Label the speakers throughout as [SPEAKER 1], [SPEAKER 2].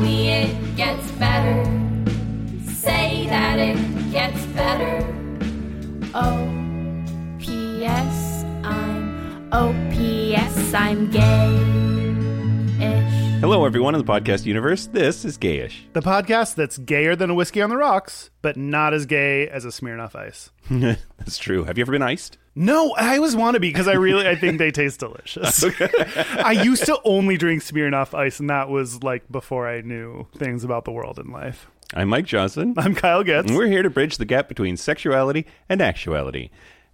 [SPEAKER 1] me it gets better. Say that it gets better. Oh, P.S. I'm, oh, P.S. I'm gay-ish.
[SPEAKER 2] Hello, everyone in the podcast universe. This is Gayish.
[SPEAKER 3] The podcast that's gayer than a whiskey on the rocks, but not as gay as a Smirnoff Ice.
[SPEAKER 2] That's true. Have you ever been iced?
[SPEAKER 3] No, I always want to be because I really I think they taste delicious. I used to only drink Smirnoff Ice, and that was like before I knew things about the world and life.
[SPEAKER 2] I'm Mike Johnson,
[SPEAKER 3] I'm Kyle Getz.
[SPEAKER 2] and we're here to bridge the gap between sexuality and actuality.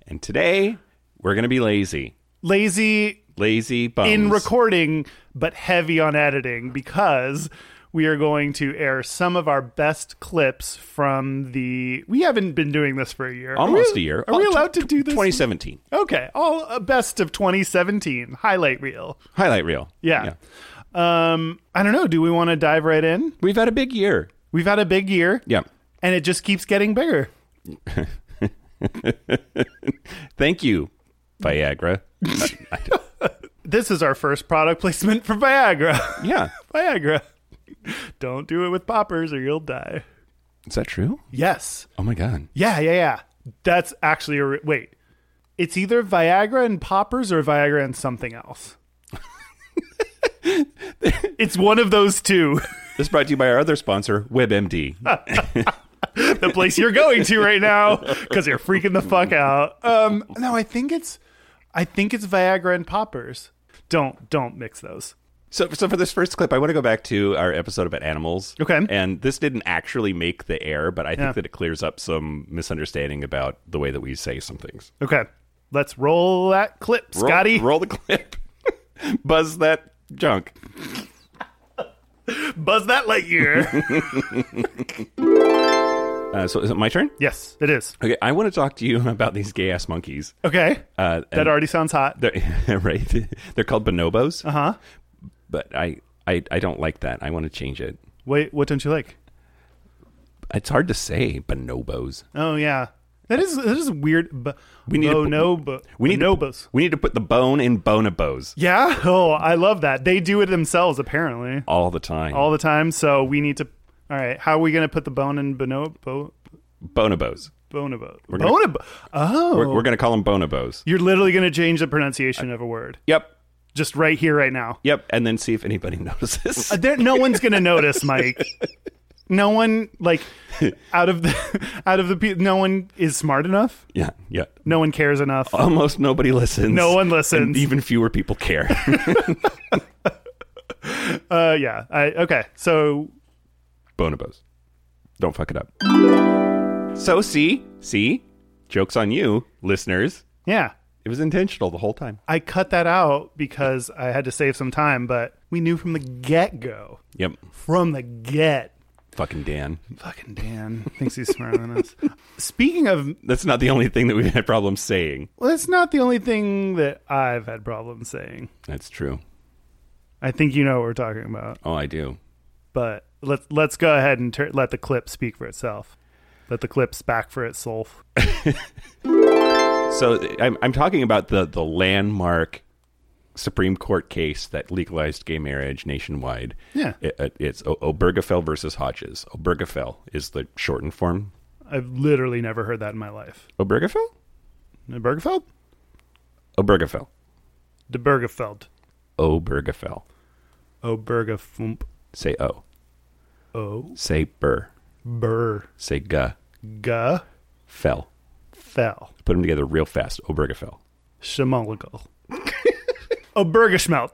[SPEAKER 2] And today, we're going to be lazy.
[SPEAKER 3] Lazy
[SPEAKER 2] Lazy bums.
[SPEAKER 3] in recording, but heavy on editing because we are going to air some of our best clips from the. We haven't been doing this for a year. Are
[SPEAKER 2] Almost
[SPEAKER 3] we-
[SPEAKER 2] a year. Oh,
[SPEAKER 3] Are we allowed to do this?
[SPEAKER 2] 2017.
[SPEAKER 3] Okay, all uh, best of 2017 highlight reel.
[SPEAKER 2] Highlight reel.
[SPEAKER 3] Yeah. Um, I don't know. Do we want to dive right in?
[SPEAKER 2] We've had a big year.
[SPEAKER 3] We've had a big year,
[SPEAKER 2] Yeah.
[SPEAKER 3] and it just keeps getting bigger.
[SPEAKER 2] Thank you, Viagra.
[SPEAKER 3] This is our first product placement for Viagra.
[SPEAKER 2] Yeah.
[SPEAKER 3] Viagra. Don't do it with poppers or you'll die.
[SPEAKER 2] Is that true?
[SPEAKER 3] Yes.
[SPEAKER 2] Oh, my God.
[SPEAKER 3] Yeah, yeah, yeah. That's actually a re- wait. It's either Viagra and poppers or Viagra and something else. it's one of those two.
[SPEAKER 2] This is brought to you by our other sponsor, WebMD.
[SPEAKER 3] the place you're going to right now because you're freaking the fuck out. Um, no, I think it's, I think it's Viagra and poppers. Don't don't mix those.
[SPEAKER 2] So, so for this first clip, I want to go back to our episode about animals.
[SPEAKER 3] Okay.
[SPEAKER 2] And this didn't actually make the air, but I think
[SPEAKER 3] Yeah.
[SPEAKER 2] that it clears up some misunderstanding about the way that we say some things.
[SPEAKER 3] Okay, let's roll that clip,
[SPEAKER 2] Roll-
[SPEAKER 3] Scotty.
[SPEAKER 2] roll the clip. Buzz that junk.
[SPEAKER 3] Buzz that light year.
[SPEAKER 2] Uh, so, is it my turn?
[SPEAKER 3] yes, it is.
[SPEAKER 2] Okay, I want to talk to you about these gay ass monkeys.
[SPEAKER 3] Okay,
[SPEAKER 2] Uh, and
[SPEAKER 3] that already sounds hot.
[SPEAKER 2] they're, right? They're called bonobos. Uh
[SPEAKER 3] Huh?
[SPEAKER 2] But I, I, I don't like that. I want to change it.
[SPEAKER 3] Wait, what don't you like?
[SPEAKER 2] It's hard to say bonobos.
[SPEAKER 3] Oh yeah, that is that is weird. B-
[SPEAKER 2] We need to-
[SPEAKER 3] bonobo.
[SPEAKER 2] We need
[SPEAKER 3] bonobos.
[SPEAKER 2] To, we need to put the bone in bonobos
[SPEAKER 3] yeah. Oh, I love that. They do it themselves apparently
[SPEAKER 2] all the time.
[SPEAKER 3] all the time. So we need to. All right, how are we gonna put the bone in bonobo?
[SPEAKER 2] bonobos.
[SPEAKER 3] Bonobo.
[SPEAKER 2] gonna-
[SPEAKER 3] Bonobo. Oh,
[SPEAKER 2] We're, we're going to call them bonobos.
[SPEAKER 3] you're literally going to change the pronunciation of a word
[SPEAKER 2] Yep.
[SPEAKER 3] just right here, right now.
[SPEAKER 2] Yep. And then see if anybody notices.
[SPEAKER 3] Uh, There, no one's going to notice, Mike. No one like out of the out of the pe- no one is smart enough.
[SPEAKER 2] yeah. Yeah.
[SPEAKER 3] No one cares enough.
[SPEAKER 2] Almost nobody listens.
[SPEAKER 3] No one listens.
[SPEAKER 2] And even fewer people care.
[SPEAKER 3] Uh, yeah. I, okay. So
[SPEAKER 2] bonobos. Don't fuck it up. So, see, see, joke's on you, listeners.
[SPEAKER 3] yeah,
[SPEAKER 2] It was intentional the whole time.
[SPEAKER 3] I cut that out because I had to save some time. But we knew from the get go,
[SPEAKER 2] Yep.
[SPEAKER 3] from the get.
[SPEAKER 2] Fucking Dan.
[SPEAKER 3] Fucking Dan thinks he's smarter than us. Speaking of
[SPEAKER 2] That's not the only thing that we've had problems saying.
[SPEAKER 3] Well, that's not the only thing that I've had problems saying.
[SPEAKER 2] That's true.
[SPEAKER 3] I think you know what we're talking about,
[SPEAKER 2] Oh, I do.
[SPEAKER 3] but let's let's go ahead and tur let the clip speak for itself. Let the clip back for itself.
[SPEAKER 2] So I'm, I'm talking about the, the landmark Supreme Court case that legalized gay marriage nationwide.
[SPEAKER 3] Yeah.
[SPEAKER 2] It- it- it's o- Obergefell versus Hodges. Obergefell is the shortened form.
[SPEAKER 3] I've literally never heard that in my life.
[SPEAKER 2] Obergefell?
[SPEAKER 3] Bergefeld,
[SPEAKER 2] Obergefell.
[SPEAKER 3] de Bergefeld,
[SPEAKER 2] Obergefell.
[SPEAKER 3] oh Bergefump,
[SPEAKER 2] Say O.
[SPEAKER 3] oh
[SPEAKER 2] Say Burr.
[SPEAKER 3] Berga
[SPEAKER 2] Say Guh. Fell.
[SPEAKER 3] fell
[SPEAKER 2] Put them together real fast. Obergefell.
[SPEAKER 3] Schmoligal, oh Bergeschmelt,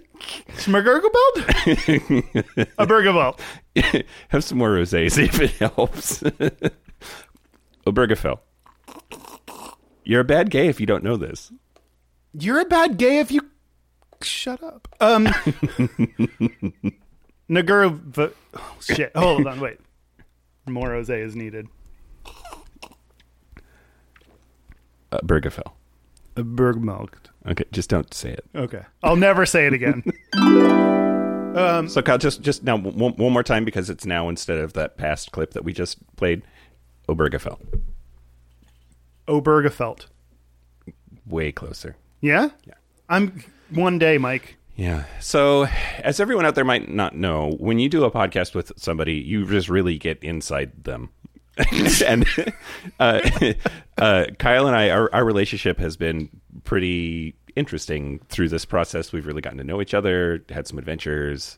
[SPEAKER 3] Schmergergebeld, a Bergefeld.
[SPEAKER 2] Have some more rosé, see if it helps. Obergefell. You're a bad gay if you don't know this.
[SPEAKER 3] You're a bad gay if you shut up. Um Nagurva oh, shit. Hold on, wait. More rose is needed.
[SPEAKER 2] Uh, Obergefell.
[SPEAKER 3] A Bergmilked.
[SPEAKER 2] Okay, just don't say it.
[SPEAKER 3] Okay. I'll never say it again.
[SPEAKER 2] So Kyle, just just now one, one more time because it's now instead of that past clip that we just played. Obergefell,
[SPEAKER 3] Obergefelt.
[SPEAKER 2] way closer.
[SPEAKER 3] Yeah?
[SPEAKER 2] Yeah.
[SPEAKER 3] I'm one day, Mike.
[SPEAKER 2] Yeah. So, as everyone out there might not know, when you do a podcast with somebody, you just really get inside them. and uh, uh, Kyle and I, our, our relationship has been pretty interesting through this process. We've really gotten to know each other, had some adventures,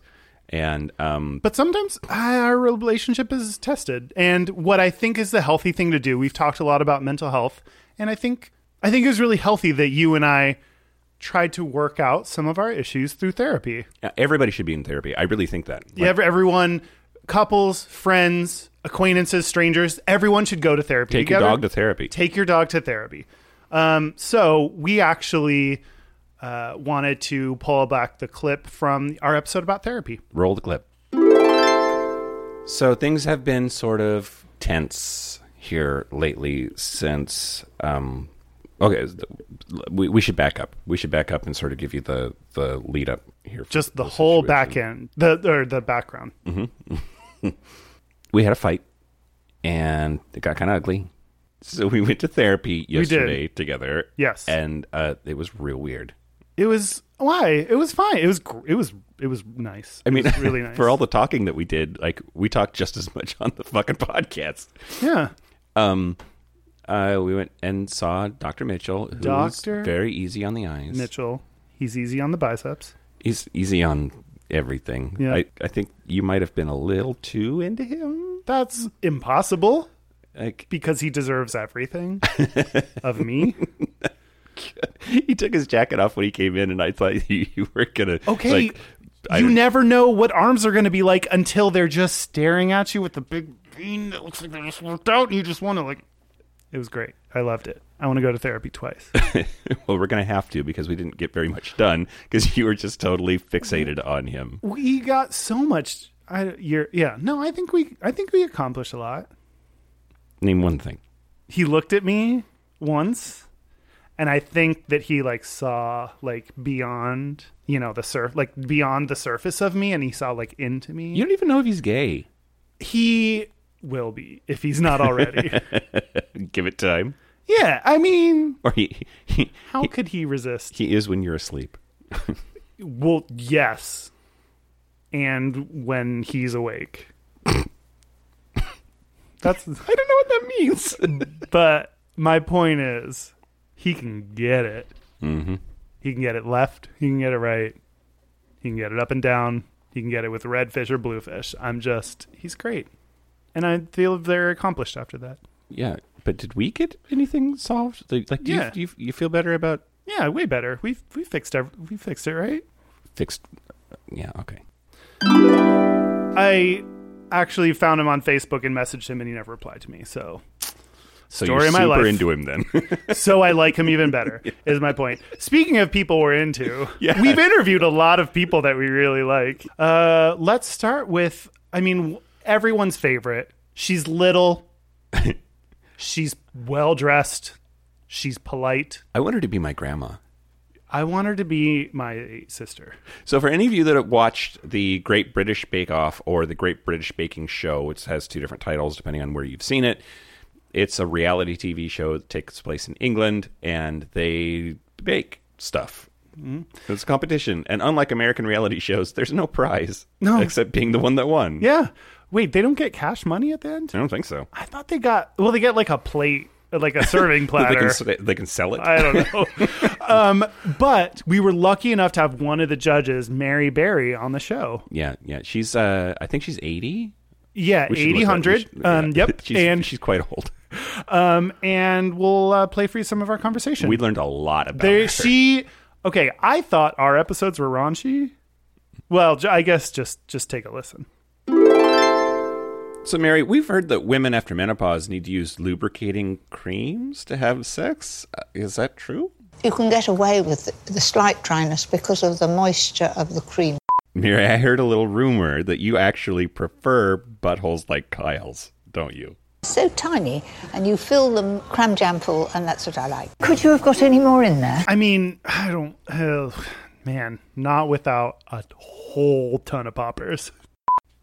[SPEAKER 2] and um,
[SPEAKER 3] But sometimes uh, our relationship is tested, and what I think is the healthy thing to do. We've talked a lot about mental health, and I think I think it was really healthy that you and I tried to work out some of our issues through therapy.
[SPEAKER 2] everybody should be in therapy. I really think that. Like,
[SPEAKER 3] Ev- everyone, couples, friends, acquaintances, strangers, everyone should go to therapy.
[SPEAKER 2] Take your
[SPEAKER 3] together.
[SPEAKER 2] dog to therapy.
[SPEAKER 3] Take your dog to therapy. Um, so we actually uh, wanted to pull back the clip from our episode about therapy.
[SPEAKER 2] Roll the clip. So things have been sort of tense here lately since. Um, okay, we, we should back up. We should back up and sort of give you the the lead up here. for
[SPEAKER 3] Just the, whole
[SPEAKER 2] situation. Mm.
[SPEAKER 3] back end, the or the background.
[SPEAKER 2] We had a fight, and it got kind of ugly. So we went to therapy
[SPEAKER 3] did.
[SPEAKER 2] yesterday together.
[SPEAKER 3] Yes.
[SPEAKER 2] and uh, it was real weird.
[SPEAKER 3] It was why it was fine. It was gr- it was it was nice.
[SPEAKER 2] I mean,
[SPEAKER 3] it was really nice
[SPEAKER 2] for all the talking that we did, like we talked just as much on the fucking podcast.
[SPEAKER 3] yeah.
[SPEAKER 2] Um, uh, we went and saw Doctor Mitchell, who's
[SPEAKER 3] Dr.
[SPEAKER 2] very easy on the eyes.
[SPEAKER 3] Mitchell, he's easy on the biceps.
[SPEAKER 2] He's easy on everything.
[SPEAKER 3] Yeah.
[SPEAKER 2] I, I think you might have been a little too into him.
[SPEAKER 3] That's impossible
[SPEAKER 2] Like
[SPEAKER 3] because he deserves everything of me.
[SPEAKER 2] he took his jacket off when he came in, and I thought you, you were gonna
[SPEAKER 3] Okay.
[SPEAKER 2] like, I-
[SPEAKER 3] you never know what arms are going to be like until they're just staring at you with the big bean that looks like they just worked out, and you just want to like. It was great. I loved it. I want to go to therapy twice.
[SPEAKER 2] well, we're gonna have to because we didn't get very much done because you were just totally fixated on him.
[SPEAKER 3] we got so much. I, you're, yeah. No, I think we. I think we accomplished a lot.
[SPEAKER 2] Name one thing.
[SPEAKER 3] he looked at me once and i think that he like saw like beyond you know the surf like beyond the surface of me and he saw like into me
[SPEAKER 2] You don't even know if he's gay.
[SPEAKER 3] he will be if he's not already
[SPEAKER 2] Give it time,
[SPEAKER 3] yeah i mean
[SPEAKER 2] or he he,
[SPEAKER 3] how could he resist
[SPEAKER 2] he is when you're asleep.
[SPEAKER 3] well yes and when he's awake that's
[SPEAKER 2] I don't know what that means.
[SPEAKER 3] but my point is he can get it he can get it left he can get it right he can get it up and down he can get it with red fish or blue fish i'm just he's great and i feel they're accomplished after that
[SPEAKER 2] Yeah, but did we get anything solved? Like, like do,
[SPEAKER 3] Yeah.
[SPEAKER 2] you, do you you feel better about
[SPEAKER 3] yeah way better we we fixed ev- we fixed it right
[SPEAKER 2] fixed? Yeah, okay.
[SPEAKER 3] i actually found him on facebook and messaged him and he never replied to me so
[SPEAKER 2] So
[SPEAKER 3] Story
[SPEAKER 2] you're
[SPEAKER 3] of my
[SPEAKER 2] super
[SPEAKER 3] life.
[SPEAKER 2] into him then.
[SPEAKER 3] so I like him even better. Is my point. Speaking of people we're into,
[SPEAKER 2] Yeah.
[SPEAKER 3] we've interviewed a lot of people that we really like. Uh, let's start with, I mean, everyone's favorite. She's little. She's well dressed. She's polite.
[SPEAKER 2] I want her to be my grandma.
[SPEAKER 3] I want her to be my sister.
[SPEAKER 2] So for any of you that have watched the Great British Bake Off or the Great British Baking Show, which has two different titles depending on where you've seen it, it's a reality TV show that takes place in England and they bake stuff.
[SPEAKER 3] Mm-hmm.
[SPEAKER 2] It's a competition, and unlike American reality shows, there's no prize
[SPEAKER 3] No.
[SPEAKER 2] except being the one that won.
[SPEAKER 3] Yeah. Wait, they don't get cash money at the end?
[SPEAKER 2] I don't think so.
[SPEAKER 3] I thought they got, well, they get like a plate, like a serving
[SPEAKER 2] They
[SPEAKER 3] platter.
[SPEAKER 2] can, s- they can sell it.
[SPEAKER 3] I don't know. um, but we were lucky enough to have one of the judges, Mary Berry, on the show.
[SPEAKER 2] Yeah, yeah. She's uh I think she's 80.
[SPEAKER 3] Yeah,
[SPEAKER 2] We should look
[SPEAKER 3] eighty
[SPEAKER 2] that- we
[SPEAKER 3] hundred.
[SPEAKER 2] should-
[SPEAKER 3] Um,
[SPEAKER 2] yeah.
[SPEAKER 3] yep.
[SPEAKER 2] she's,
[SPEAKER 3] and
[SPEAKER 2] she's quite old.
[SPEAKER 3] um, and we'll uh, play for you some of our conversation.
[SPEAKER 2] We learned a lot about
[SPEAKER 3] there,
[SPEAKER 2] her.
[SPEAKER 3] she. Okay, I thought our episodes were raunchy. Well, j- I guess just just take a listen.
[SPEAKER 2] So Mary, we've heard that women after menopause need to use lubricating creams to have sex. Uh, Is that true?
[SPEAKER 4] You can get away with the slight dryness because of the moisture of the cream.
[SPEAKER 2] Mary, I heard a little rumor that you actually prefer buttholes like Kyle's, don't you?
[SPEAKER 4] So tiny, and you fill them cram jam full, and that's what I like. Could you have got any more in there?
[SPEAKER 3] I mean, I don't. Oh, man, not without a whole ton of poppers.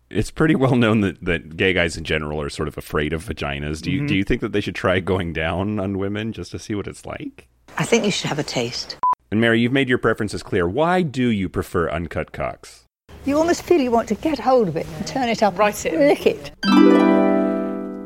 [SPEAKER 2] It's pretty well known that, that gay guys in general are sort of afraid of vaginas. Do you
[SPEAKER 3] Mm-hmm.
[SPEAKER 2] do you think that they should try going down on women just to see what it's like?
[SPEAKER 4] I think you should have a taste.
[SPEAKER 2] And Mary, you've made your preferences clear. Why do you prefer uncut cocks?
[SPEAKER 4] You almost feel you want to get hold of it and turn it up,
[SPEAKER 5] Write it.
[SPEAKER 4] lick it.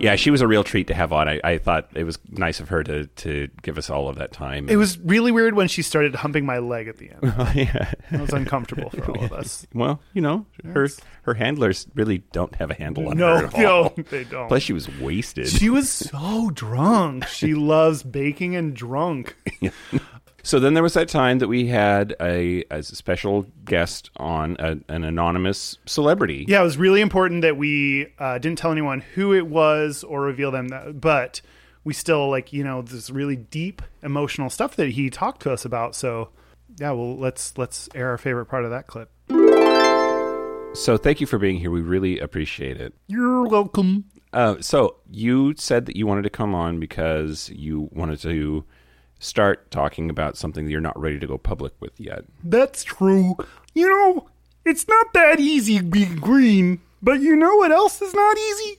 [SPEAKER 2] Yeah, she was a real treat to have on. I, I thought it was nice of her to, to give us all of that time.
[SPEAKER 3] It was really weird when she started humping my leg at the end.
[SPEAKER 2] yeah.
[SPEAKER 3] It was uncomfortable for all of us.
[SPEAKER 2] Well, you know, her her handlers really don't have a handle on her.
[SPEAKER 3] No,
[SPEAKER 2] at
[SPEAKER 3] no,
[SPEAKER 2] all.
[SPEAKER 3] they don't.
[SPEAKER 2] Plus, she was wasted.
[SPEAKER 3] She was so drunk. She loves baking and drunk.
[SPEAKER 2] So then there was that time that we had a as a special guest on a, an anonymous celebrity.
[SPEAKER 3] Yeah, it was really important that we uh, didn't tell anyone who it was or reveal them, that, but we still like you know this really deep emotional stuff that he talked to us about. So yeah, well let's let's air our favorite part of that clip.
[SPEAKER 2] So thank you for being here. We really appreciate it.
[SPEAKER 3] You're welcome.
[SPEAKER 2] Uh, so you said that you wanted to come on because you wanted to start talking about something that you're not ready to go public with yet.
[SPEAKER 3] That's true. You know, it's not that easy being green, but you know what else is not easy?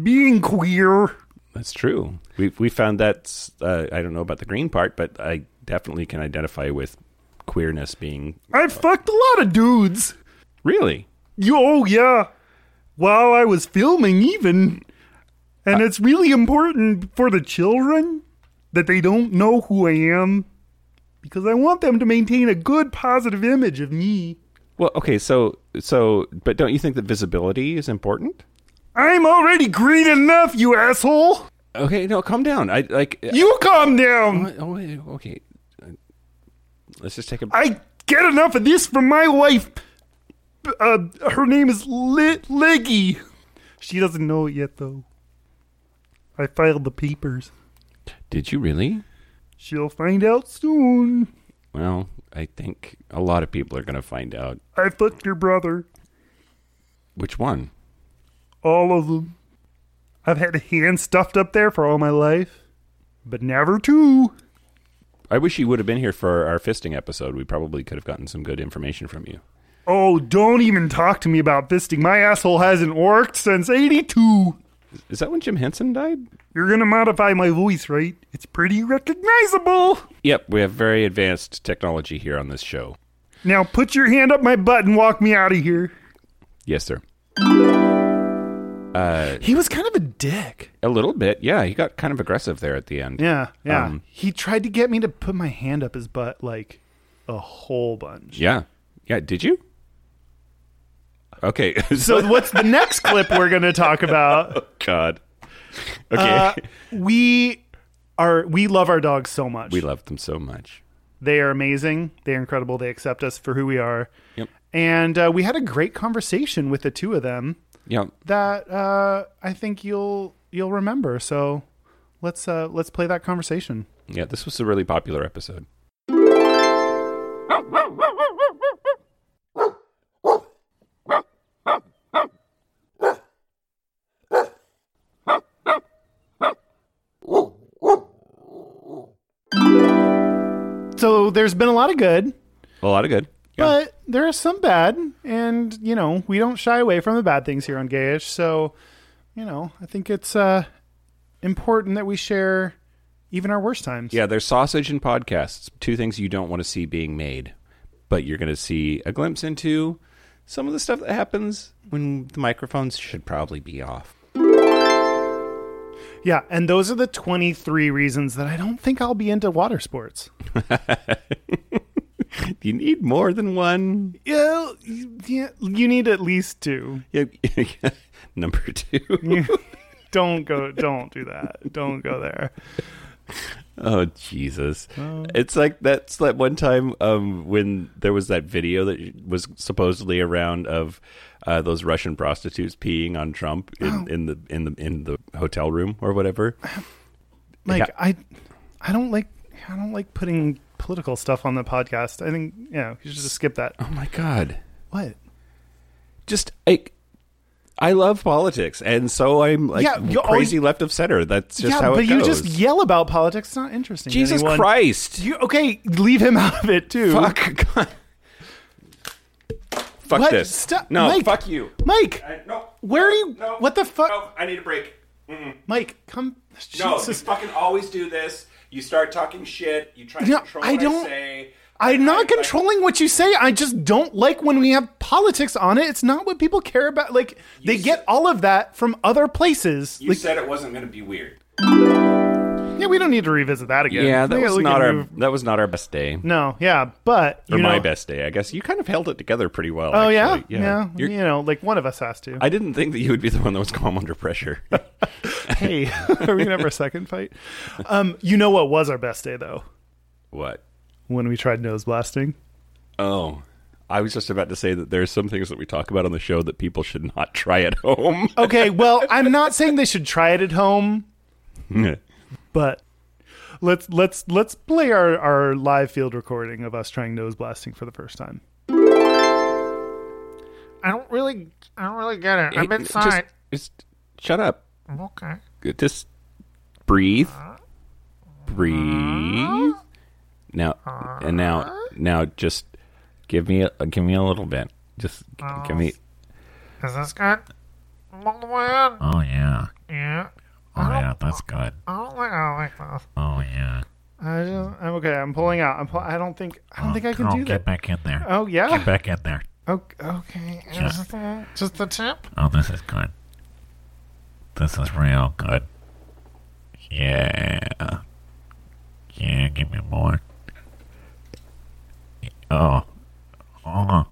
[SPEAKER 3] Being queer.
[SPEAKER 2] That's true. We we found that uh, I don't know about the green part, but I definitely can identify with queerness being
[SPEAKER 3] I fucked a lot of dudes.
[SPEAKER 2] really.
[SPEAKER 3] Yo, oh, yeah. While I was filming, even. And it's really important for the children that they don't know who I am because I want them to maintain a good, positive image of me.
[SPEAKER 2] Well, okay, so so, but don't you think that visibility is important?
[SPEAKER 3] I'm already green enough, you asshole.
[SPEAKER 2] Okay, no, calm down. I like.
[SPEAKER 3] You calm down.
[SPEAKER 2] oh, wait, okay. Let's just take a.
[SPEAKER 3] I get enough of this from my wife. Uh, her name is Li- Leggy. She doesn't know it yet, though. I filed the papers.
[SPEAKER 2] Did you really?
[SPEAKER 3] She'll find out soon.
[SPEAKER 2] Well, I think a lot of people are going to find out
[SPEAKER 3] I fucked your brother.
[SPEAKER 2] which one.
[SPEAKER 3] All of them. I've had a hand stuffed up there for all my life, but never two.
[SPEAKER 2] I wish you would have been here for our fisting episode. We probably could have gotten some good information from you.
[SPEAKER 3] Oh, don't even talk to me about fisting. My asshole hasn't worked since 82.
[SPEAKER 2] Is that when Jim Henson died?
[SPEAKER 3] You're gonna modify my voice, right? It's pretty recognizable.
[SPEAKER 2] Yep, we have very advanced technology here on this show.
[SPEAKER 3] Now put your hand up my butt and walk me out of here.
[SPEAKER 2] Yes, sir.
[SPEAKER 3] He was kind of a dick.
[SPEAKER 2] A little bit. Yeah, he got kind of aggressive there at the end.
[SPEAKER 3] Yeah, yeah.
[SPEAKER 2] Um,
[SPEAKER 3] he tried to get me to put my hand up his butt like a whole bunch.
[SPEAKER 2] Yeah. Yeah, did you? Okay.
[SPEAKER 3] So what's the next clip we're going to talk about?
[SPEAKER 2] God. Okay.
[SPEAKER 3] Uh, we are we love our dogs so much.
[SPEAKER 2] we loved them so much.
[SPEAKER 3] they are amazing. They are incredible. They accept us for who we are.
[SPEAKER 2] Yep.
[SPEAKER 3] And uh, we had a great conversation with the two of them
[SPEAKER 2] Yeah.
[SPEAKER 3] that uh, I think you'll you'll remember. So let's uh, let's play that conversation.
[SPEAKER 2] Yeah, this was a really popular episode.
[SPEAKER 3] So there's been a lot of good.
[SPEAKER 2] A lot of good. Yeah.
[SPEAKER 3] But there are some bad, and you know we don't shy away from the bad things here on Gayish. So, you know, I think it's uh, important that we share even our worst times.
[SPEAKER 2] yeah, there's sausage and podcasts, two things you don't want to see being made, but you're going to see a glimpse into some of the stuff that happens when the microphones should probably be off.
[SPEAKER 3] yeah. And those are the twenty-three reasons that I don't think I'll be into water sports.
[SPEAKER 2] You need more than one.
[SPEAKER 3] Yeah, yeah, you need at least two.
[SPEAKER 2] Yeah. Number two.
[SPEAKER 3] Don't go. Don't do that. Don't go there.
[SPEAKER 2] Oh Jesus! It's like that's that one time um, when there was that video that was supposedly around of uh, those Russian prostitutes peeing on Trump in, in the in the in the hotel room or whatever.
[SPEAKER 3] Like
[SPEAKER 2] Yeah.
[SPEAKER 3] I, I don't like. I don't like putting political stuff on the podcast. I think you know you should just skip that.
[SPEAKER 2] Oh my God!
[SPEAKER 3] What?
[SPEAKER 2] Just like I love politics, and so I'm like
[SPEAKER 3] Yeah, you- oh,
[SPEAKER 2] crazy left of center. That's just how
[SPEAKER 3] but
[SPEAKER 2] it
[SPEAKER 3] you
[SPEAKER 2] goes.
[SPEAKER 3] just yell about politics. It's not interesting. to
[SPEAKER 2] Jesus
[SPEAKER 3] anyone.
[SPEAKER 2] Christ!
[SPEAKER 3] You okay? Leave him out of it too.
[SPEAKER 2] fuck! God. Fuck
[SPEAKER 3] What?
[SPEAKER 2] this!
[SPEAKER 3] Stop-
[SPEAKER 2] No,
[SPEAKER 3] Mike.
[SPEAKER 2] fuck you!
[SPEAKER 3] Mike.
[SPEAKER 2] no,
[SPEAKER 3] Where are you?
[SPEAKER 2] No.
[SPEAKER 3] what the fuck?
[SPEAKER 2] no, I need a break.
[SPEAKER 3] Mike, come.
[SPEAKER 2] No, you
[SPEAKER 3] Jesus.
[SPEAKER 2] fucking always do this. You start talking shit. You try to
[SPEAKER 3] No,
[SPEAKER 2] control
[SPEAKER 3] I
[SPEAKER 2] what I
[SPEAKER 3] don't-
[SPEAKER 2] say.
[SPEAKER 3] I'm not controlling what you say. I just don't like when we have politics on it. It's not what people care about. Like they
[SPEAKER 2] said-
[SPEAKER 3] get all of that from other places.
[SPEAKER 2] You
[SPEAKER 3] like
[SPEAKER 2] said it wasn't going to be weird.
[SPEAKER 3] yeah, we don't need to revisit that again.
[SPEAKER 2] Yeah, that was
[SPEAKER 3] we
[SPEAKER 2] not
[SPEAKER 3] can
[SPEAKER 2] our
[SPEAKER 3] move-
[SPEAKER 2] that was not our best day.
[SPEAKER 3] No, yeah, but
[SPEAKER 2] Or
[SPEAKER 3] you
[SPEAKER 2] my
[SPEAKER 3] know-
[SPEAKER 2] best day, I guess. You kind of held it together pretty well.
[SPEAKER 3] Oh yeah,
[SPEAKER 2] actually.
[SPEAKER 3] yeah.
[SPEAKER 2] You're-
[SPEAKER 3] you know, like one of us has to.
[SPEAKER 2] I didn't think that you would be the one that was calm under pressure.
[SPEAKER 3] hey, are we gonna have our second fight? Um, you know what was our best day though?
[SPEAKER 2] what?
[SPEAKER 3] When we tried nose blasting.
[SPEAKER 2] Oh, I was just about to say that there's some things that we talk about on the show that people should not try at home.
[SPEAKER 3] Okay, well, I'm not saying they should try it at home, but let's let's let's play our, our live field recording of us trying nose blasting for the first time.
[SPEAKER 6] I don't really, I don't really get it. I'm
[SPEAKER 2] It-
[SPEAKER 6] inside.
[SPEAKER 2] Just, just shut up.
[SPEAKER 6] okay.
[SPEAKER 2] Just breathe. Breathe. Now and now now just give me a give me a little bit. Just g- give me
[SPEAKER 6] Is this good? I'm all the way in.
[SPEAKER 7] Oh yeah.
[SPEAKER 6] Yeah.
[SPEAKER 7] Oh yeah, that's good.
[SPEAKER 6] I don't think I like this.
[SPEAKER 7] Oh yeah.
[SPEAKER 3] I just, I'm okay. I'm pulling out. I'm pull, I don't think I don't think I can
[SPEAKER 7] oh,
[SPEAKER 3] do
[SPEAKER 7] get
[SPEAKER 3] that.
[SPEAKER 7] back in there.
[SPEAKER 3] Oh yeah.
[SPEAKER 7] Get back in there.
[SPEAKER 3] Oh, oh,
[SPEAKER 6] Okay. Is this the, just the tip?
[SPEAKER 7] Oh, this is good. This is real good. Yeah. Yeah, give me more. Oh. Oh.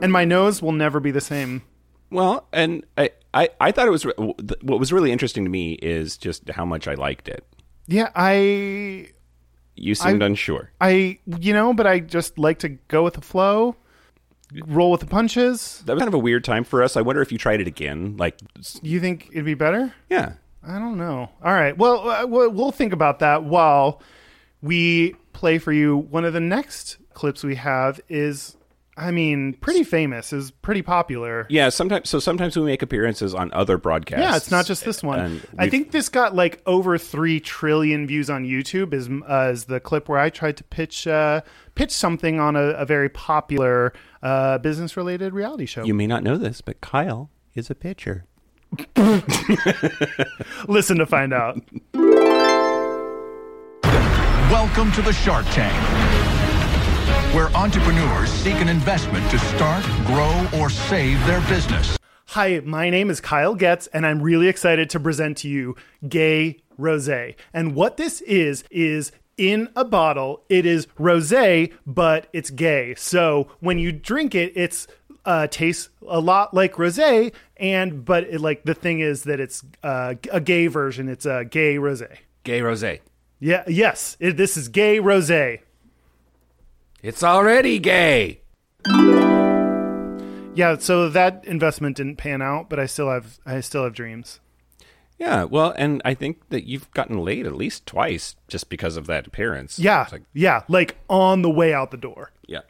[SPEAKER 3] and my nose will never be the same.
[SPEAKER 2] Well, and I, I, I thought it was re- w- th- what was really interesting to me is just how much I liked it.
[SPEAKER 3] Yeah, I
[SPEAKER 2] You seemed unsure.
[SPEAKER 3] I you know, but I just like to go with the flow, roll with the punches.
[SPEAKER 2] That was kind of a weird time for us. I wonder if you tried it again. Like, s-
[SPEAKER 3] You think it'd be better?
[SPEAKER 2] yeah,
[SPEAKER 3] I don't know. All right. Well, uh, we'll we'll think about that while we play for you. One of the next clips we have is, I mean, pretty famous, is pretty popular.
[SPEAKER 2] yeah. Sometimes, so sometimes we make appearances on other broadcasts.
[SPEAKER 3] Yeah, it's not just this one.
[SPEAKER 2] And
[SPEAKER 3] I
[SPEAKER 2] we've-
[SPEAKER 3] think this got like over three trillion views on YouTube. Is uh, is the clip where I tried to pitch uh, pitch something on a, a very popular uh, business related reality show.
[SPEAKER 2] you may not know this, but Kyle is a pitcher.
[SPEAKER 3] Listen to find out.
[SPEAKER 8] Welcome to the Shark Tank, where entrepreneurs seek an investment to start, grow, or save their business.
[SPEAKER 3] Hi, my name is Kyle Getz, and I'm really excited to present to you Gay Rose. And what this is, is in a bottle, it is rose, but it's gay. So when you drink it, it's uh, tastes a lot like rosé, and but it, like the thing is that it's uh, a gay version. It's a gay rosé.
[SPEAKER 9] Gay Rosé.
[SPEAKER 3] Yeah, yes, it, this is gay rosé.
[SPEAKER 9] It's already gay.
[SPEAKER 3] Yeah, so that investment didn't pan out, but I still have I still have dreams.
[SPEAKER 2] Yeah, well, and I think that you've gotten laid at least twice just because of that appearance.
[SPEAKER 3] Yeah,
[SPEAKER 2] It's like,
[SPEAKER 3] yeah, like on the way out the door.
[SPEAKER 2] yeah,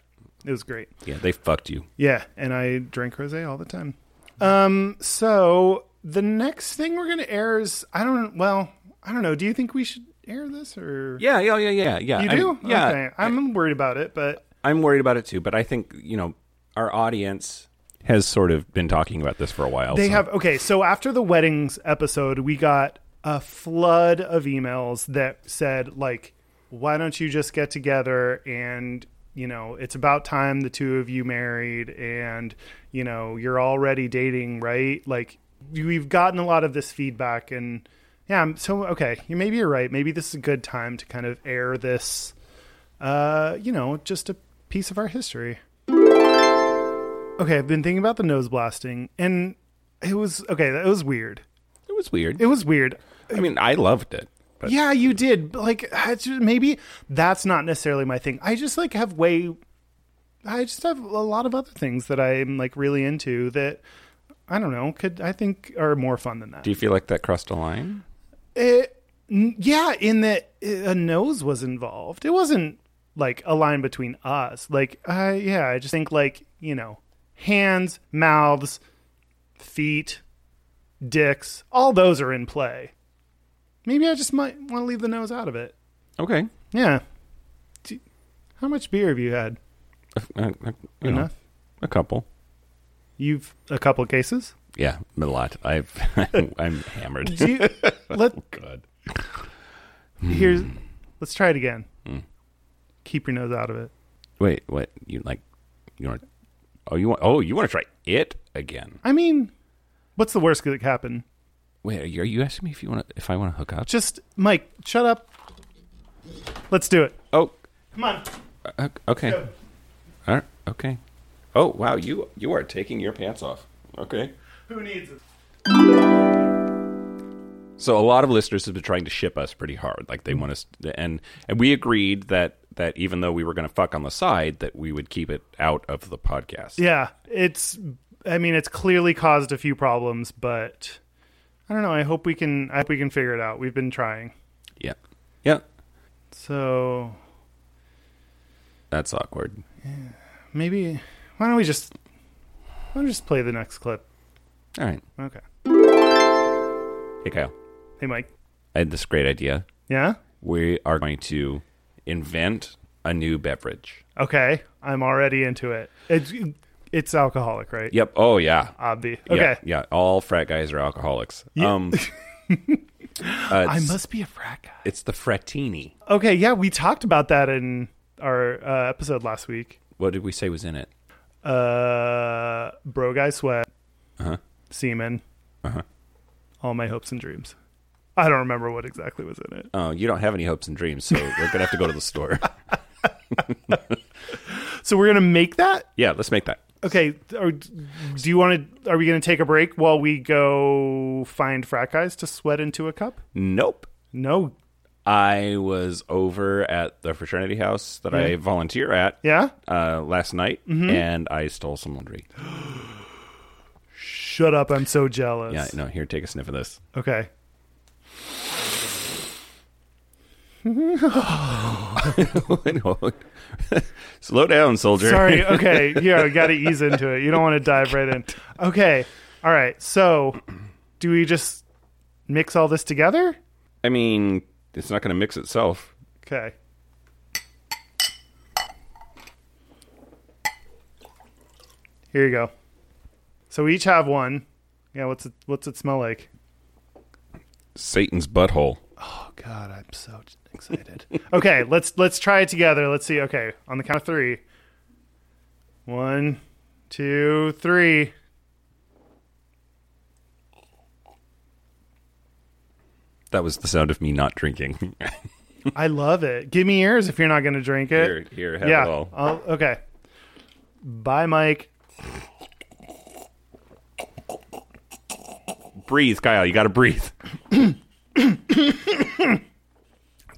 [SPEAKER 3] It was great.
[SPEAKER 2] yeah. They fucked you.
[SPEAKER 3] Yeah, and I drink rosé all the time. Um, so the next thing we're gonna air is I don't well I don't know. Do you think we should air this or
[SPEAKER 2] Yeah, yeah, yeah, yeah, yeah.
[SPEAKER 3] you
[SPEAKER 2] I'm-
[SPEAKER 3] do?
[SPEAKER 2] yeah,
[SPEAKER 3] okay. I'm worried about it, but
[SPEAKER 2] I'm worried about it too, but I think, you know, our audience has sort of been talking about this for a while.
[SPEAKER 3] They
[SPEAKER 2] so-
[SPEAKER 3] have okay. So after the weddings episode, we got a flood of emails that said like, "Why don't you just get together and you know it's about time the two of you married and you know you're already dating, right?" Like we've gotten a lot of this feedback and yeah. I'm- So okay, you maybe you're right. Maybe this is a good time to kind of air this. Uh, you know, just a piece of our history. Okay, I've been thinking about the nose blasting, and it was okay. That was weird.
[SPEAKER 2] It was weird.
[SPEAKER 3] It was weird.
[SPEAKER 2] I mean, I loved it. But
[SPEAKER 3] Yeah, you did. But like, I ju- maybe that's not necessarily my thing. I just like have way. I just have a lot of other things that I'm like really into that I don't know could I think are more fun than that.
[SPEAKER 2] do you feel like that crossed a line?
[SPEAKER 3] It, n- yeah, in that uh, a nose was involved. It wasn't like a line between us. Like, I yeah, I just think like you know, hands, mouths, feet, dicks, all those are in play. Maybe I just might want to leave the nose out of it.
[SPEAKER 2] Okay.
[SPEAKER 3] Yeah. Do- How much beer have you had?
[SPEAKER 2] Uh, uh, you know,
[SPEAKER 3] Enough.
[SPEAKER 2] a couple.
[SPEAKER 3] You've a couple cases.
[SPEAKER 2] Yeah, a lot. I've I'm hammered.
[SPEAKER 3] Do you, let
[SPEAKER 2] Oh, God. Hmm.
[SPEAKER 3] here's let's try it again. Keep your nose out of it.
[SPEAKER 2] Wait, what? You like? You want? Oh, you want? Oh, you want to try it again?
[SPEAKER 3] I mean, what's the worst that could happen?
[SPEAKER 2] Wait, are you, are you asking me if you want to? If I want to hook up?
[SPEAKER 3] Just Mike, shut up. Let's do it.
[SPEAKER 2] oh,
[SPEAKER 3] Come on.
[SPEAKER 2] o- okay. All right, okay. Oh wow, you you are taking your pants off. Okay.
[SPEAKER 3] Who needs it?
[SPEAKER 2] So a lot of listeners have been trying to ship us pretty hard, like they want us, and and we agreed that that even though we were going to fuck on the side, that we would keep it out of the podcast.
[SPEAKER 3] Yeah, it's. I mean, it's clearly caused a few problems, but I don't know. I hope we can. I hope we can figure it out. We've been trying.
[SPEAKER 2] yeah, yeah.
[SPEAKER 3] So
[SPEAKER 2] That's awkward.
[SPEAKER 3] maybe why don't we just why don't we just play the next clip?
[SPEAKER 2] All right.
[SPEAKER 3] Okay.
[SPEAKER 2] Hey Kyle,
[SPEAKER 3] Hey, Mike.
[SPEAKER 2] I had this great idea.
[SPEAKER 3] Yeah.
[SPEAKER 2] We are going to invent a new beverage.
[SPEAKER 3] Okay. I'm already into it. It's it's alcoholic, right?
[SPEAKER 2] Yep. Oh yeah.
[SPEAKER 3] Obvi.
[SPEAKER 2] Yeah,
[SPEAKER 3] Okay.
[SPEAKER 2] Yeah, All frat guys are alcoholics. Um,
[SPEAKER 3] I must be a frat guy.
[SPEAKER 2] it's the frattini.
[SPEAKER 3] Okay. Yeah, we talked about that in our uh, episode last week.
[SPEAKER 2] What did we say was in it?
[SPEAKER 3] Uh, bro, guy sweat. Uh huh. Semen. Uh huh. All my hopes and dreams. I don't remember what exactly was in it.
[SPEAKER 2] Oh, you don't have any hopes and dreams, so we're gonna have to go to the store.
[SPEAKER 3] So we're gonna make that.
[SPEAKER 2] Yeah, let's make that.
[SPEAKER 3] Okay. Or do you want to? Are we going to take a break while we go find frat guys to sweat into a cup?
[SPEAKER 2] Nope.
[SPEAKER 3] No.
[SPEAKER 2] I was over at the fraternity house that I volunteer at
[SPEAKER 3] Yeah. Mm-hmm.
[SPEAKER 2] uh, last night, and I stole some laundry.
[SPEAKER 3] Shut up. I'm so jealous.
[SPEAKER 2] Yeah, no, here, take a sniff of this.
[SPEAKER 3] Okay.
[SPEAKER 2] Slow down, soldier.
[SPEAKER 3] Sorry. uh Okay. Yeah. Got to ease into it. You don't want to dive right in. Okay. All right. So, do we just mix all this together?
[SPEAKER 2] I mean, it's not going to mix itself.
[SPEAKER 3] Okay. Here you go. So we each have one. Yeah, what's it what's it smell like?
[SPEAKER 2] Satan's butthole.
[SPEAKER 3] Oh god, I'm so excited. okay, let's let's try it together. Let's see. Okay, on the count of three. One, two, three.
[SPEAKER 2] That was the sound of me not drinking.
[SPEAKER 3] I love it. Give me yours if you're not gonna drink it.
[SPEAKER 2] here, here, have
[SPEAKER 3] yeah.
[SPEAKER 2] it all.
[SPEAKER 3] I'll- okay. Bye, Mike.
[SPEAKER 2] breathe, Kyle. You got to breathe.
[SPEAKER 3] It's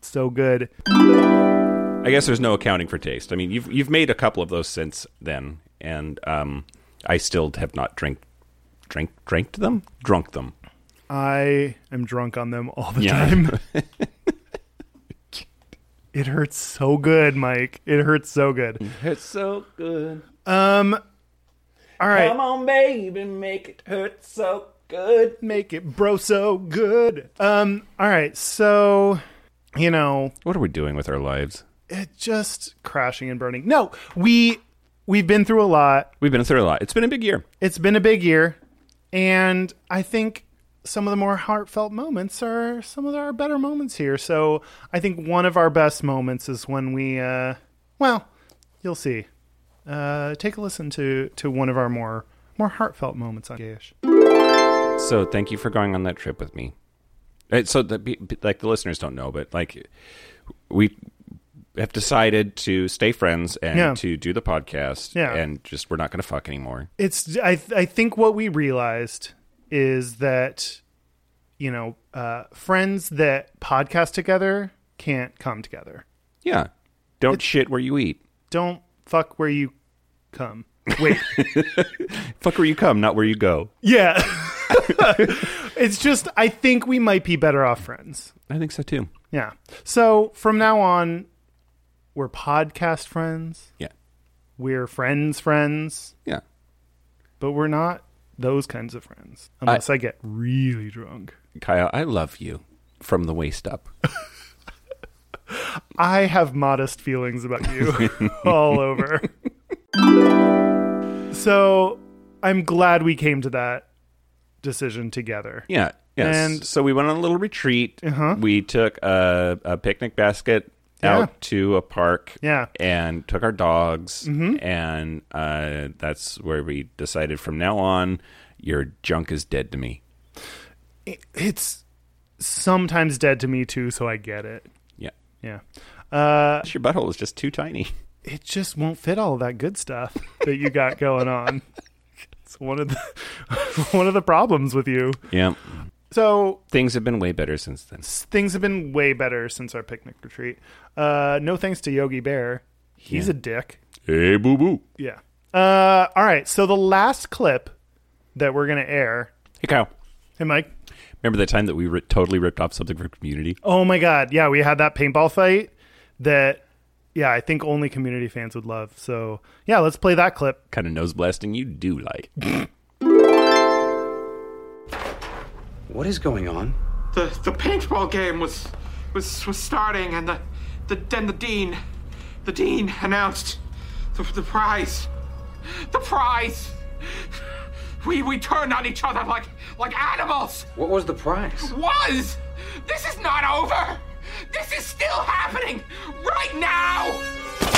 [SPEAKER 3] so good.
[SPEAKER 2] I guess there's no accounting for taste. I mean, you've you've made a couple of those since then, and um, I still have not drink, drink, drank them, drunk them.
[SPEAKER 3] I am drunk on them all the
[SPEAKER 2] Yeah.
[SPEAKER 3] time. it hurts so good, Mike. It hurts so good. Um,
[SPEAKER 2] It's so good.
[SPEAKER 3] All right.
[SPEAKER 2] on, baby, make it hurt so good.
[SPEAKER 3] Make it bro so good. Um all right. So, you know,
[SPEAKER 2] What are we doing with our lives?
[SPEAKER 3] it just crashing and burning. No, we we've been through a lot.
[SPEAKER 2] We've been through a lot. It's been a big year.
[SPEAKER 3] It's been a big year, and I think some of the more heartfelt moments are some of our better moments here. So, I think one of our best moments is when we uh well, you'll see. Uh, take a listen to to one of our more more heartfelt moments on Gayish.
[SPEAKER 2] So thank you for going on that trip with me. Uh, So the be- be- like the listeners don't know, but like we have decided to stay friends and
[SPEAKER 3] Yeah.
[SPEAKER 2] to do the podcast,
[SPEAKER 3] Yeah.
[SPEAKER 2] and just we're not going to fuck anymore.
[SPEAKER 3] It's I I think what we realized is that you know uh, friends that podcast together can't come together.
[SPEAKER 2] Yeah, don't shit where you eat.
[SPEAKER 3] Don't fuck where you come. Wait,
[SPEAKER 2] Fuck where you come, not where you go.
[SPEAKER 3] yeah. it's just I think we might be better off friends.
[SPEAKER 2] I think so too.
[SPEAKER 3] Yeah. So from now on, we're podcast friends.
[SPEAKER 2] Yeah,
[SPEAKER 3] We're friends friends,
[SPEAKER 2] yeah.
[SPEAKER 3] but we're not those kinds of friends unless I get really drunk.
[SPEAKER 2] Kyle, I love you from the waist up.
[SPEAKER 3] I have modest feelings about you all over. So I'm glad we came to that decision together.
[SPEAKER 2] Yeah. Yes.
[SPEAKER 3] And- Uh-huh.
[SPEAKER 2] so we went on a little retreat. We took a, a picnic basket out to a park.
[SPEAKER 3] Yeah.
[SPEAKER 2] And took our dogs. And uh, that's where we decided from now on, your junk is dead to me.
[SPEAKER 3] It's sometimes dead to me too, so I get it.
[SPEAKER 2] Yeah.
[SPEAKER 3] Yeah.
[SPEAKER 2] Plus, your butthole is just too tiny.
[SPEAKER 3] It just won't fit all that good stuff that you got going on. It's one of the one of the problems with you.
[SPEAKER 2] Yeah.
[SPEAKER 3] So
[SPEAKER 2] Things have been way better since then.
[SPEAKER 3] things have been way better since our picnic retreat. Uh, no thanks to Yogi Bear. He's a dick.
[SPEAKER 2] Hey, boo boo.
[SPEAKER 3] Yeah. Uh, all right. So the last clip that we're gonna air.
[SPEAKER 2] Hey, Kyle.
[SPEAKER 3] Hey, Mike.
[SPEAKER 2] Remember the time that we ri totally ripped off something from Community?
[SPEAKER 3] Oh my God. Yeah, we had that paintball fight that. Yeah, I think only community fans would love. So yeah, let's play that clip.
[SPEAKER 2] Kind of nose blasting you do like.
[SPEAKER 10] What is going on?
[SPEAKER 11] the the paintball game was was was starting, and the the then the dean, the dean announced the, the prize, the prize. We we turned on each other like like animals.
[SPEAKER 10] What was the prize?
[SPEAKER 11] Was this is not over. This is still happening right now.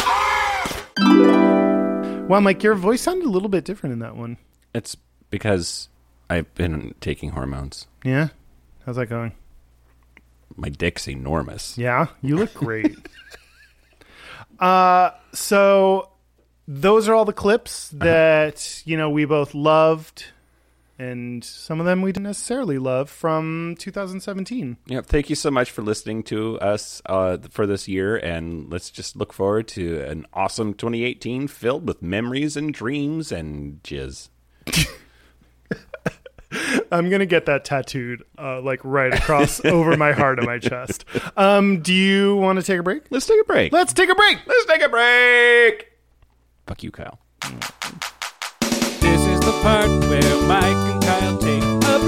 [SPEAKER 11] Ah!
[SPEAKER 3] Wow, Mike, your voice sounded a little bit different in that one.
[SPEAKER 2] It's because I've been taking hormones.
[SPEAKER 3] Yeah, how's that going?
[SPEAKER 2] My dick's enormous.
[SPEAKER 3] Yeah, you look great. uh, so those are all the clips
[SPEAKER 12] Uh-huh.
[SPEAKER 3] that you know we both loved, and some of them we didn't necessarily love from 2017.
[SPEAKER 2] Yep. Thank you so much for listening to us uh, for this year, and let's just look forward to an awesome 2018 filled with memories and dreams and jizz.
[SPEAKER 3] I'm gonna get that tattooed, uh, like right across over my heart and my chest. Um, do you want to take a break?
[SPEAKER 2] Let's take a break.
[SPEAKER 3] Let's take a break.
[SPEAKER 2] let's take a break. Fuck you, Kyle.
[SPEAKER 9] This is the part where Mike and Kyle take a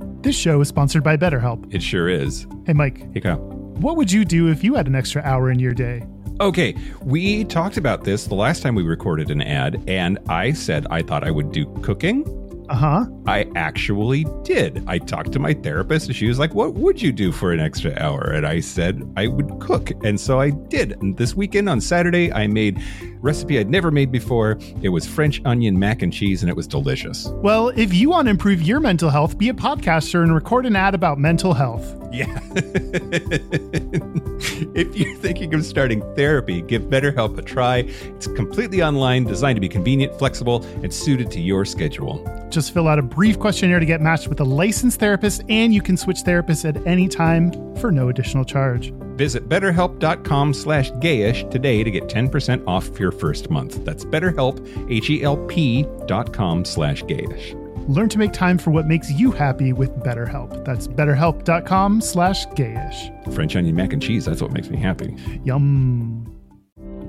[SPEAKER 9] break.
[SPEAKER 3] This show is sponsored by BetterHelp.
[SPEAKER 2] It sure is.
[SPEAKER 3] Hey, Mike,
[SPEAKER 12] Hey, Kyle.
[SPEAKER 3] what would you do if you had an extra hour in your day?
[SPEAKER 12] Okay, we talked about this the last time we recorded an ad, and I said I thought I would do cooking.
[SPEAKER 3] Uh huh.
[SPEAKER 12] I actually did. I talked to my therapist, and she was like, What would you do for an extra hour? And I said I would cook. And so I did. And this weekend on Saturday, I made a recipe I'd never made before. It was French onion mac and cheese, and it was delicious.
[SPEAKER 13] Well, if you want to improve your mental health, be a podcaster and record an ad about mental health.
[SPEAKER 12] Yeah. if you're thinking of starting therapy, give BetterHelp a try. It's completely online, designed to be convenient, flexible, and suited to your schedule.
[SPEAKER 13] Just fill out a brief questionnaire to get matched with a licensed therapist, and you can switch therapists at any time for no additional charge.
[SPEAKER 12] Visit betterhelp.com slash gayish today to get 10% off your first month. That's betterhelp, H-E-L-P dot com slash gayish.
[SPEAKER 13] Learn to make time for what makes you happy with BetterHelp. That's betterhelp.com slash gayish.
[SPEAKER 12] French onion mac and cheese, that's what makes me happy.
[SPEAKER 13] Yum.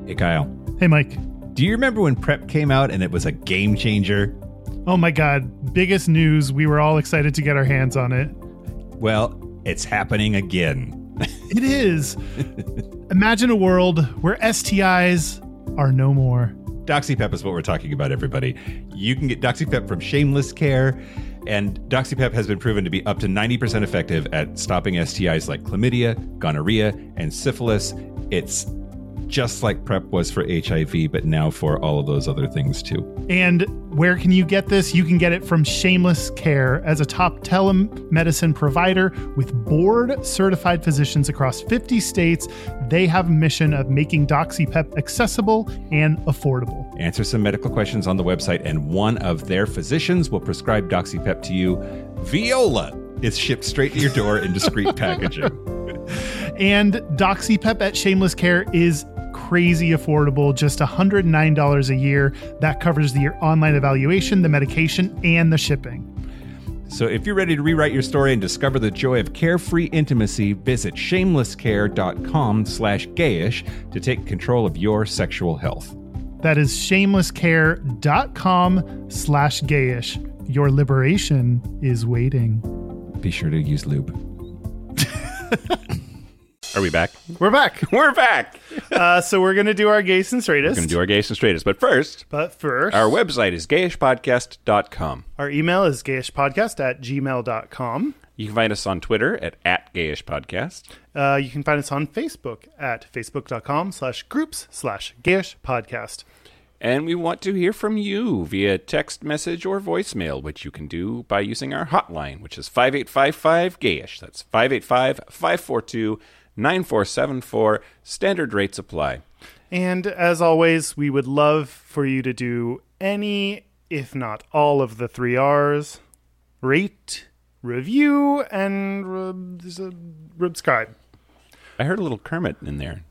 [SPEAKER 12] Hey, Kyle.
[SPEAKER 13] Hey, Mike.
[SPEAKER 12] Do you remember when PrEP came out and it was a game changer?
[SPEAKER 13] Oh my God. Biggest news. We were all excited to get our hands on it.
[SPEAKER 12] Well, it's happening again.
[SPEAKER 13] It is. Imagine a world where STIs are no more.
[SPEAKER 12] DoxyPep is what we're talking about, everybody. You can get DoxyPep from Shameless Care, and DoxyPep has been proven to be up to 90% effective at stopping STIs like chlamydia, gonorrhea, and syphilis. It's just like PrEP was for HIV, but now for all of those other things too.
[SPEAKER 13] And where can you get this? You can get it from Shameless Care as a top telemedicine provider with board certified physicians across 50 states. They have a mission of making DoxyPep accessible and affordable.
[SPEAKER 12] Answer some medical questions on the website, and one of their physicians will prescribe DoxyPep to you. Viola! It's shipped straight to your door in discreet packaging.
[SPEAKER 13] And DoxyPep at Shameless Care is crazy affordable, just $109 a year. That covers the online evaluation, the medication, and the shipping.
[SPEAKER 12] So if you're ready to rewrite your story and discover the joy of carefree intimacy, visit shamelesscare.com slash gayish to take control of your sexual health.
[SPEAKER 13] That is shamelesscare.com slash gayish. Your liberation is waiting.
[SPEAKER 12] Be sure to use lube.
[SPEAKER 2] Are we back?
[SPEAKER 3] We're back.
[SPEAKER 2] We're back.
[SPEAKER 3] uh, so we're gonna do our gays and
[SPEAKER 2] We're
[SPEAKER 3] straightest.
[SPEAKER 2] going to do our gayest and straightest. But first,
[SPEAKER 3] but first,
[SPEAKER 2] our website is gayishpodcast.com.
[SPEAKER 3] Our email is gayishpodcast at gmail.com.
[SPEAKER 2] You can find us on Twitter at, at gayishpodcast.
[SPEAKER 3] Uh, you can find us on Facebook at facebook.com slash groups slash gayish podcast.
[SPEAKER 2] And we want to hear from you via text message or voicemail, which you can do by using our hotline, which is 5855 GAYISH. That's 585 542 9474. Standard rates apply.
[SPEAKER 3] And as always, we would love for you to do any, if not all of the three R's rate, review, and rub- subscribe.
[SPEAKER 2] I heard a little Kermit in there.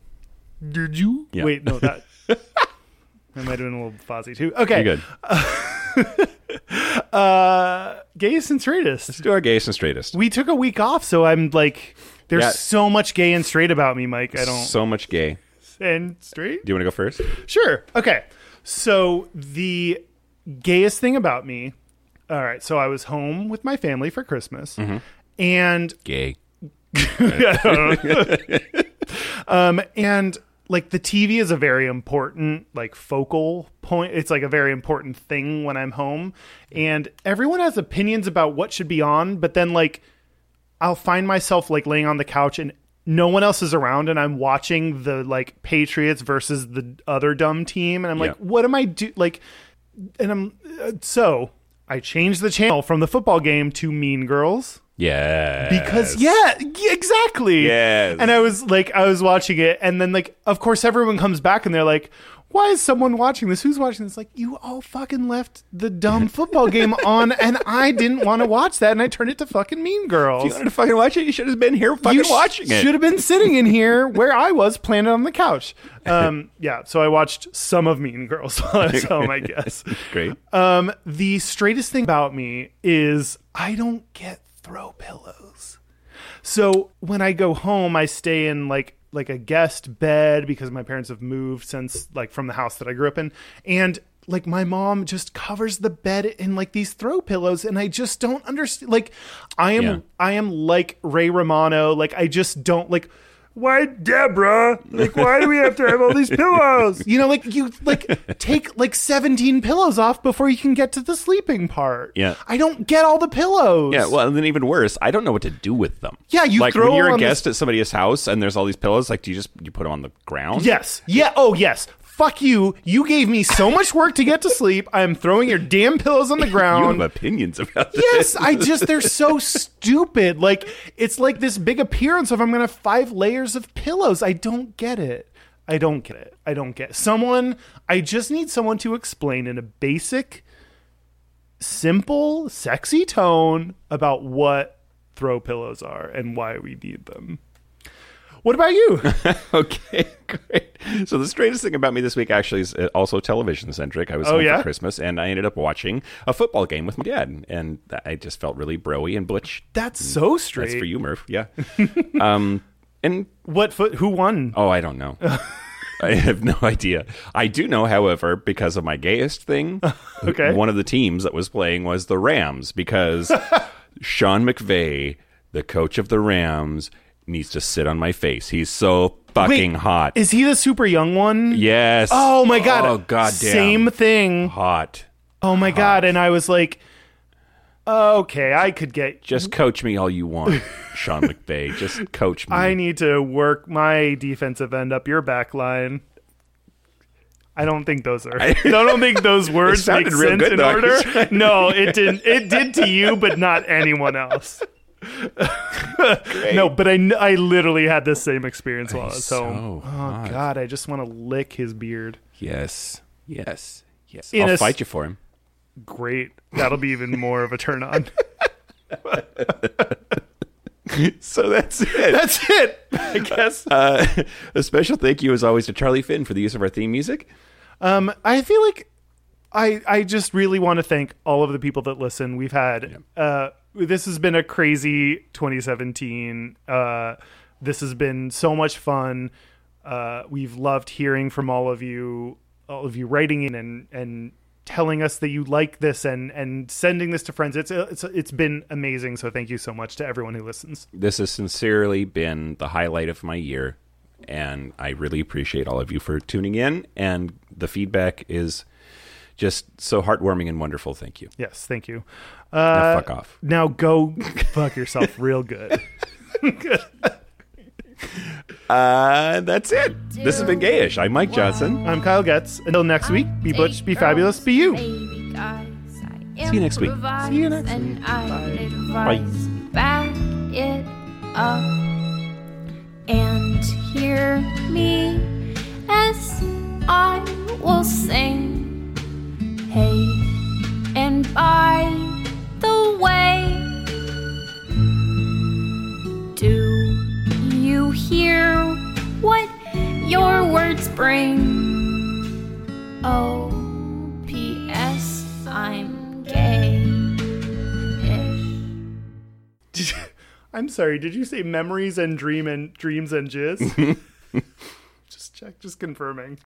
[SPEAKER 3] Did you?
[SPEAKER 2] Yeah.
[SPEAKER 3] Wait, no, that. I might have been a little fuzzy too. Okay.
[SPEAKER 2] You're good.
[SPEAKER 3] Uh, gayest and straightest.
[SPEAKER 2] Do our gayest and straightest.
[SPEAKER 3] We took a week off, so I'm like, there's
[SPEAKER 2] Yeah.
[SPEAKER 3] so much gay and straight about me, Mike. I don't.
[SPEAKER 2] So much gay.
[SPEAKER 3] and straight?
[SPEAKER 2] Do you want to go first?
[SPEAKER 3] Sure. Okay. So the gayest thing about me. All right. So I was home with my family for Christmas, and
[SPEAKER 2] Gay.
[SPEAKER 3] I don't know. um, and like the TV is a very important like focal point. It's like a very important thing when I'm home, and everyone has opinions about what should be on. But then like I'll find myself like laying on the couch and no one else is around and I'm watching the like Patriots versus the other dumb team and I'm like
[SPEAKER 2] Yeah.
[SPEAKER 3] what am I do like and I'm uh, so I changed the channel from the football game to Mean Girls
[SPEAKER 2] Yeah.
[SPEAKER 3] because yeah, y- exactly.
[SPEAKER 2] Yes.
[SPEAKER 3] And I was like, I was watching it, and then like, of course, everyone comes back and they're like, "Why is someone watching this? Who's watching this?" Like, you all fucking left the dumb football game on, and I didn't want to watch that, and I turned it to fucking Mean Girls.
[SPEAKER 2] If you wanted to fucking watch it, you should have been here fucking watching it.
[SPEAKER 3] Should have been sitting in here where I was, planted on the couch. Um, yeah, so I watched some of Mean Girls while I was home, I guess.
[SPEAKER 2] Great.
[SPEAKER 3] Um, the straightest thing about me is I don't get throw pillows. So when I go home, I stay in like like a guest bed because my parents have moved since like from the house that I grew up in, and like my mom just covers the bed in like these throw pillows, and I just don't understand. Like I am
[SPEAKER 2] Yeah.
[SPEAKER 3] I am like Ray Romano. Like I just don't like. Why, Deborah? Like, why do we have to have all these pillows? You know, like you like take like seventeen pillows off before you can get to the sleeping part.
[SPEAKER 2] Yeah.
[SPEAKER 3] I don't get all the pillows.
[SPEAKER 2] Yeah, well, and then even worse, I don't know what to do with them.
[SPEAKER 3] Yeah, you
[SPEAKER 2] like
[SPEAKER 3] throw
[SPEAKER 2] when you're
[SPEAKER 3] them
[SPEAKER 2] a
[SPEAKER 3] on
[SPEAKER 2] guest at somebody's house and there's all these pillows. Like, do you just you put them on the ground?
[SPEAKER 3] Yes. Yeah. Oh, yes. Fuck you. You gave me so much work to get to sleep. I'm throwing your damn pillows on the
[SPEAKER 2] you have
[SPEAKER 3] ground.
[SPEAKER 2] opinions about this.
[SPEAKER 3] Yes, I just they're so stupid. Like it's like this big appearance of I'm gonna have five layers of pillows. I don't get it. I don't get it. I don't get it. someone. I just need someone to explain in a basic, simple, sexy tone about what throw pillows are and why we need them. What about you?
[SPEAKER 2] okay, great. So the strangest thing about me this week actually is uh, also television centric. I was
[SPEAKER 3] Oh,
[SPEAKER 2] home
[SPEAKER 3] yeah?
[SPEAKER 2] for Christmas and I ended up watching a football game with my dad, and I just felt really broy and butch.
[SPEAKER 3] That's so straight.
[SPEAKER 2] That's for you, Murph. Yeah. um, and
[SPEAKER 3] What foot? Who won?
[SPEAKER 2] oh, I don't know. I have no idea. I do know, however, because of my gayest thing,
[SPEAKER 3] Okay.
[SPEAKER 2] one of the teams that was playing was the Rams because Sean McVay, the coach of the Rams, needs to sit on my face. He's so fucking hot.
[SPEAKER 3] Is he the super young one?
[SPEAKER 2] Yes.
[SPEAKER 3] Oh my god.
[SPEAKER 2] Oh god damn.
[SPEAKER 3] Same thing.
[SPEAKER 2] hot.
[SPEAKER 3] Oh my god! And I was like, oh, okay, I could get.
[SPEAKER 2] Just coach me all you want, Sean McVay. Just coach me.
[SPEAKER 3] I need to work my defensive end up your back line. I don't think those are. I don't think those words make
[SPEAKER 2] sounded real
[SPEAKER 3] sense
[SPEAKER 2] good,
[SPEAKER 3] in
[SPEAKER 2] though. I
[SPEAKER 3] order.
[SPEAKER 2] was trying to-
[SPEAKER 3] No, it didn't. It did to you, but not anyone else. no, but I, kn- I literally had the same experience while I was
[SPEAKER 2] so
[SPEAKER 3] home. oh
[SPEAKER 2] hot.
[SPEAKER 3] god, I just want to lick his beard.
[SPEAKER 2] yes. Yes. Yes.
[SPEAKER 3] In
[SPEAKER 2] I'll
[SPEAKER 3] a s-
[SPEAKER 2] fight you for him.
[SPEAKER 3] Great. That'll be even more of a turn on.
[SPEAKER 2] So that's it.
[SPEAKER 3] That's it. I guess.
[SPEAKER 2] uh, a special thank you, as always, to Charlie Finn for the use of our theme music.
[SPEAKER 3] Um, I feel like I I just really want to thank all of the people that listen. We've had uh, this has been a crazy 2017. Uh, this has been so much fun. Uh, we've loved hearing from all of you, all of you writing in and and telling us that you like this and and sending this to friends. It's it's it's been amazing. So thank you so much to everyone who listens.
[SPEAKER 2] This has sincerely been the highlight of my year, and I really appreciate all of you for tuning in. And the feedback is just so heartwarming and wonderful. Thank you.
[SPEAKER 3] Yes, thank you.
[SPEAKER 2] Now fuck off.
[SPEAKER 3] Now go fuck yourself real good.
[SPEAKER 2] Uh, that's it. This has been Gayish. I'm Mike Johnson.
[SPEAKER 3] I'm Kyle Getz. Until next week, be butch, be fabulous, be you.
[SPEAKER 1] Baby guys, I
[SPEAKER 2] See you next week.
[SPEAKER 1] improvise
[SPEAKER 2] See you next
[SPEAKER 1] and
[SPEAKER 2] week.
[SPEAKER 1] I
[SPEAKER 2] Bye.
[SPEAKER 1] advise back it up and hear me as I will sing. Hey, and by the way, do you hear what your words bring? Oh, P.S. I'm gay.
[SPEAKER 3] I'm sorry. Did you say memories and dream and dreams and jizz? just check. Just confirming.